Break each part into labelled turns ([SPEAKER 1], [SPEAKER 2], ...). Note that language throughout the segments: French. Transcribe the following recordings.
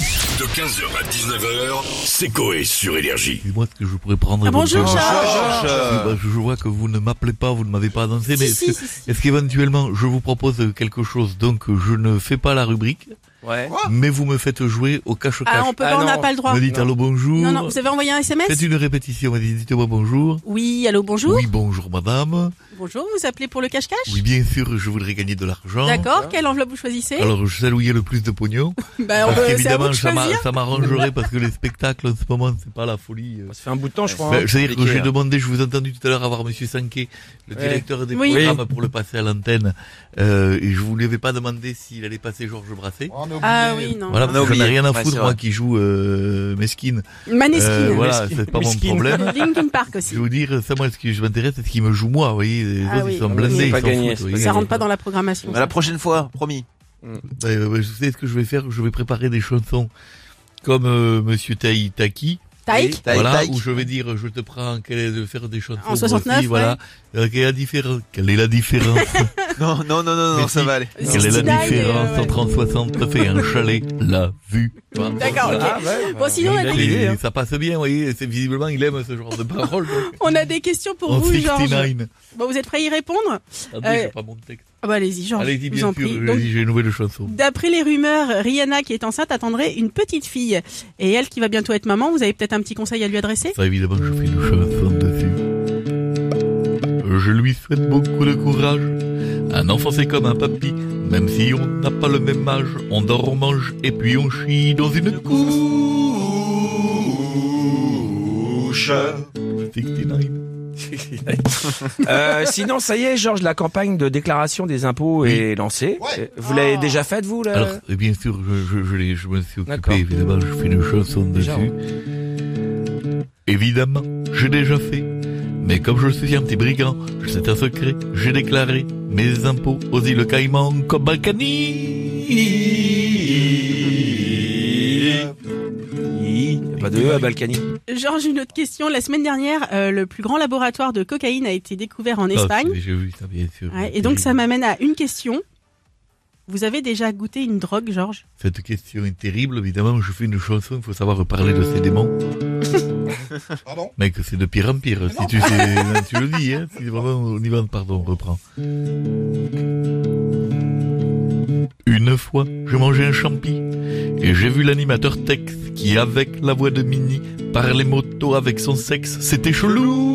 [SPEAKER 1] De 15h à 19h, c'est Coé sur Énergie.
[SPEAKER 2] Dis-moi ce que je pourrais prendre.
[SPEAKER 3] Ah, bonjour,
[SPEAKER 2] éventuellement.
[SPEAKER 3] Charles.
[SPEAKER 2] Oui, bah, je je vois que vous ne m'appelez pas, vous ne m'avez pas annoncé, mais
[SPEAKER 3] si,
[SPEAKER 2] est-ce que-
[SPEAKER 3] si, si.
[SPEAKER 2] est-ce qu'éventuellement je vous propose quelque chose Donc je ne fais pas la rubrique,
[SPEAKER 4] Ouais.
[SPEAKER 2] mais vous me faites jouer au
[SPEAKER 3] Ah,
[SPEAKER 2] cache-cache.
[SPEAKER 3] on peut
[SPEAKER 4] Ah,
[SPEAKER 3] pas, on n'a
[SPEAKER 4] non.
[SPEAKER 3] pas le droit.
[SPEAKER 2] me dites allô bonjour.
[SPEAKER 3] Non, non, vous avez envoyé un
[SPEAKER 2] Faites
[SPEAKER 3] SMS
[SPEAKER 2] une répétition, vas-y, dites-moi bonjour.
[SPEAKER 3] Oui, allô, bonjour.
[SPEAKER 2] Oui, bonjour madame.
[SPEAKER 3] Bonjour, vous appelez pour le cache-cache
[SPEAKER 2] Oui, bien sûr, je voudrais gagner de l'argent.
[SPEAKER 3] D'accord, quelle enveloppe vous choisissez
[SPEAKER 2] Alors, je sais où il y a le plus de pognon.
[SPEAKER 3] Bah,
[SPEAKER 2] Parce
[SPEAKER 3] on peut- c'est à vous
[SPEAKER 2] qu'évidemment,
[SPEAKER 3] de
[SPEAKER 2] ça m'a-
[SPEAKER 3] choisir.
[SPEAKER 2] ça m'arrangerait parce que les spectacles en ce moment, c'est pas la folie. euh.
[SPEAKER 4] Ça fait un bout de temps, je crois.
[SPEAKER 2] Ben,
[SPEAKER 4] hein.
[SPEAKER 2] C'est-à-dire que
[SPEAKER 4] Compliqué,
[SPEAKER 2] j'ai
[SPEAKER 4] hein.
[SPEAKER 2] demandé, je vous ai entendu tout à l'heure avoir Monsieur Sanquet, le
[SPEAKER 4] Ouais.
[SPEAKER 2] directeur des
[SPEAKER 3] Oui.
[SPEAKER 2] programmes, pour le passer à l'antenne. Euh, et je vous lui avais pas demandé s'il allait passer Georges Brassé.
[SPEAKER 3] Ah oui, non.
[SPEAKER 2] Voilà,
[SPEAKER 4] on
[SPEAKER 2] parce que
[SPEAKER 4] a
[SPEAKER 2] j'en ai
[SPEAKER 4] oublié.
[SPEAKER 2] rien à
[SPEAKER 4] Ouais,
[SPEAKER 2] foutre,
[SPEAKER 4] c'est
[SPEAKER 2] moi
[SPEAKER 4] vrai.
[SPEAKER 2] qui joue euh, mesquine.
[SPEAKER 3] Maneskin.
[SPEAKER 2] Euh, voilà,
[SPEAKER 4] Mesquine.
[SPEAKER 2] c'est pas mon
[SPEAKER 4] Mesquine.
[SPEAKER 2] problème.
[SPEAKER 3] Linkin Park aussi.
[SPEAKER 2] Je vais vous dire, ça, moi, ce qui je m'intéresse, c'est ce qui me joue moi, vous voyez. Les
[SPEAKER 3] Ah
[SPEAKER 2] autres,
[SPEAKER 3] oui.
[SPEAKER 2] ils sont
[SPEAKER 3] Oui,
[SPEAKER 2] blindés,
[SPEAKER 3] c'est
[SPEAKER 2] ils
[SPEAKER 4] pas
[SPEAKER 2] s'en
[SPEAKER 4] gagné,
[SPEAKER 2] foutent,
[SPEAKER 4] c'est
[SPEAKER 2] vous
[SPEAKER 4] pas
[SPEAKER 2] voyez.
[SPEAKER 3] Ça rentre pas dans la programmation.
[SPEAKER 5] À Bah, la prochaine fois, promis.
[SPEAKER 2] Euh, ouais, je sais ce que je vais faire, je vais préparer des chansons comme euh, Monsieur Taï Taki.
[SPEAKER 3] Taïk
[SPEAKER 5] Taïk,
[SPEAKER 2] voilà,
[SPEAKER 5] taïk.
[SPEAKER 2] où je vais dire, je te prends, quelle est de faire des chansons.
[SPEAKER 3] En 69,
[SPEAKER 2] aussi, voilà. Euh, quelle est la différence Quelle est la différence
[SPEAKER 5] Non, non, non, non,
[SPEAKER 2] Mais
[SPEAKER 5] non,
[SPEAKER 2] si.
[SPEAKER 5] ça va aller.
[SPEAKER 3] Euh,
[SPEAKER 2] Quelle est la
[SPEAKER 3] 69,
[SPEAKER 2] différence
[SPEAKER 3] euh, ouais.
[SPEAKER 2] entre en 60 et un chalet La vue. Voilà.
[SPEAKER 3] D'accord, ok.
[SPEAKER 4] Ah, ouais.
[SPEAKER 3] Bon, sinon, on a,
[SPEAKER 2] Et
[SPEAKER 3] des, hein.
[SPEAKER 2] ça passe bien, vous voyez. C'est visiblement, il aime ce genre de paroles. donc.
[SPEAKER 3] on a des questions pour
[SPEAKER 2] en
[SPEAKER 3] vous, Georges.
[SPEAKER 2] 69.
[SPEAKER 3] Bon, vous êtes prêt à y répondre
[SPEAKER 2] Attendez,
[SPEAKER 3] Euh,
[SPEAKER 2] j'ai pas mon texte.
[SPEAKER 3] Ah bah, allez-y, Georges.
[SPEAKER 2] Allez-y,
[SPEAKER 3] je vous en
[SPEAKER 2] bien sûr.
[SPEAKER 3] prie. Donc,
[SPEAKER 2] j'ai- J'ai une nouvelle chanson.
[SPEAKER 3] D'après les rumeurs, Rihanna qui est enceinte attendrait une petite fille. Et elle qui va bientôt être maman, vous avez peut-être un petit conseil à lui adresser
[SPEAKER 2] Ça, évidemment, je fais une chanson dessus. Je lui souhaite beaucoup de courage. Un enfant, c'est comme un papy. Même si on n'a pas le même âge, on dort, on mange et puis on chie dans une couche. 69.
[SPEAKER 4] Euh, sinon, ça y est, Georges, la campagne de déclaration des impôts est lancée. Euh, Vous l'avez déjà faite, vous là
[SPEAKER 2] Alors,
[SPEAKER 3] Euh.
[SPEAKER 2] et bien sûr, je, je, je, l'ai- je me suis
[SPEAKER 4] D'accord.
[SPEAKER 2] occupé, évidemment, je fais une chanson
[SPEAKER 4] Déjà,
[SPEAKER 2] dessus. Évidemment, j'ai déjà fait. Mais comme je suis un petit brigand, c'est un secret, j'ai déclaré mes impôts aux îles Caïmans comme Balkany.
[SPEAKER 4] Il n'y a pas de E à Balkany.
[SPEAKER 3] Georges, une autre question. La semaine dernière, euh, le plus grand laboratoire de cocaïne a été découvert en
[SPEAKER 2] Ah,
[SPEAKER 3] Espagne.
[SPEAKER 2] c'est- J'ai vu ça, bien sûr.
[SPEAKER 3] Ouais, et donc ça m'amène à une question. Vous avez déjà goûté une drogue, Georges
[SPEAKER 2] Cette question est terrible, évidemment, je fais une chanson, il faut savoir parler de ces démons.
[SPEAKER 6] Pardon
[SPEAKER 2] Mec, c'est de pire en pire, si tu, sais, non, tu le dis, hein, si vraiment on y va, pardon, on reprend. Une fois, je mangeais un champi, et j'ai vu l'animateur Tex, qui avec la voix de Mini, parlait moto avec son sexe, c'était chelou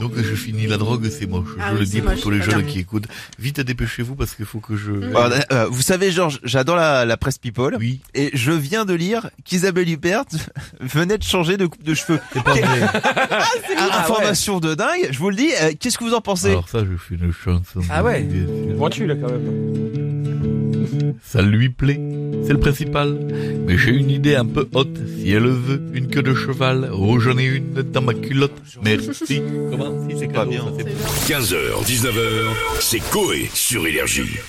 [SPEAKER 2] Donc je finis la drogue, c'est moche,
[SPEAKER 3] Ah
[SPEAKER 2] je
[SPEAKER 3] oui,
[SPEAKER 2] le
[SPEAKER 3] c'est
[SPEAKER 2] dis pour
[SPEAKER 3] moche,
[SPEAKER 2] tous les
[SPEAKER 3] pas
[SPEAKER 2] jeunes
[SPEAKER 3] bien. Mmh.
[SPEAKER 2] qui écoutent. Vite, dépêchez-vous, parce qu'il faut que je...
[SPEAKER 5] Voilà, euh, vous savez, Georges, j'adore la, la presse People.
[SPEAKER 2] Oui,
[SPEAKER 5] Et je viens de lire qu'Isabelle Huppert venait de changer de coupe de cheveux. Ah,
[SPEAKER 2] c'est pas vrai. Ah,
[SPEAKER 5] Information de dingue, je vous le dis. euh, Qu'est-ce que vous en pensez
[SPEAKER 2] Alors ça, je fais une chanson.
[SPEAKER 4] Ah ouais.
[SPEAKER 2] Bien sûr.
[SPEAKER 4] Pointu là quand même.
[SPEAKER 2] Ça lui plaît, c'est le principal. Mais j'ai une idée un peu haute. Si elle veut une queue de cheval, oh j'en ai une dans ma culotte. Merci. Comment si c'est
[SPEAKER 5] pas
[SPEAKER 2] cadeau,
[SPEAKER 5] bien.
[SPEAKER 2] ça, c'est-
[SPEAKER 1] 15h, 19h, c'est Coé sur Énergie.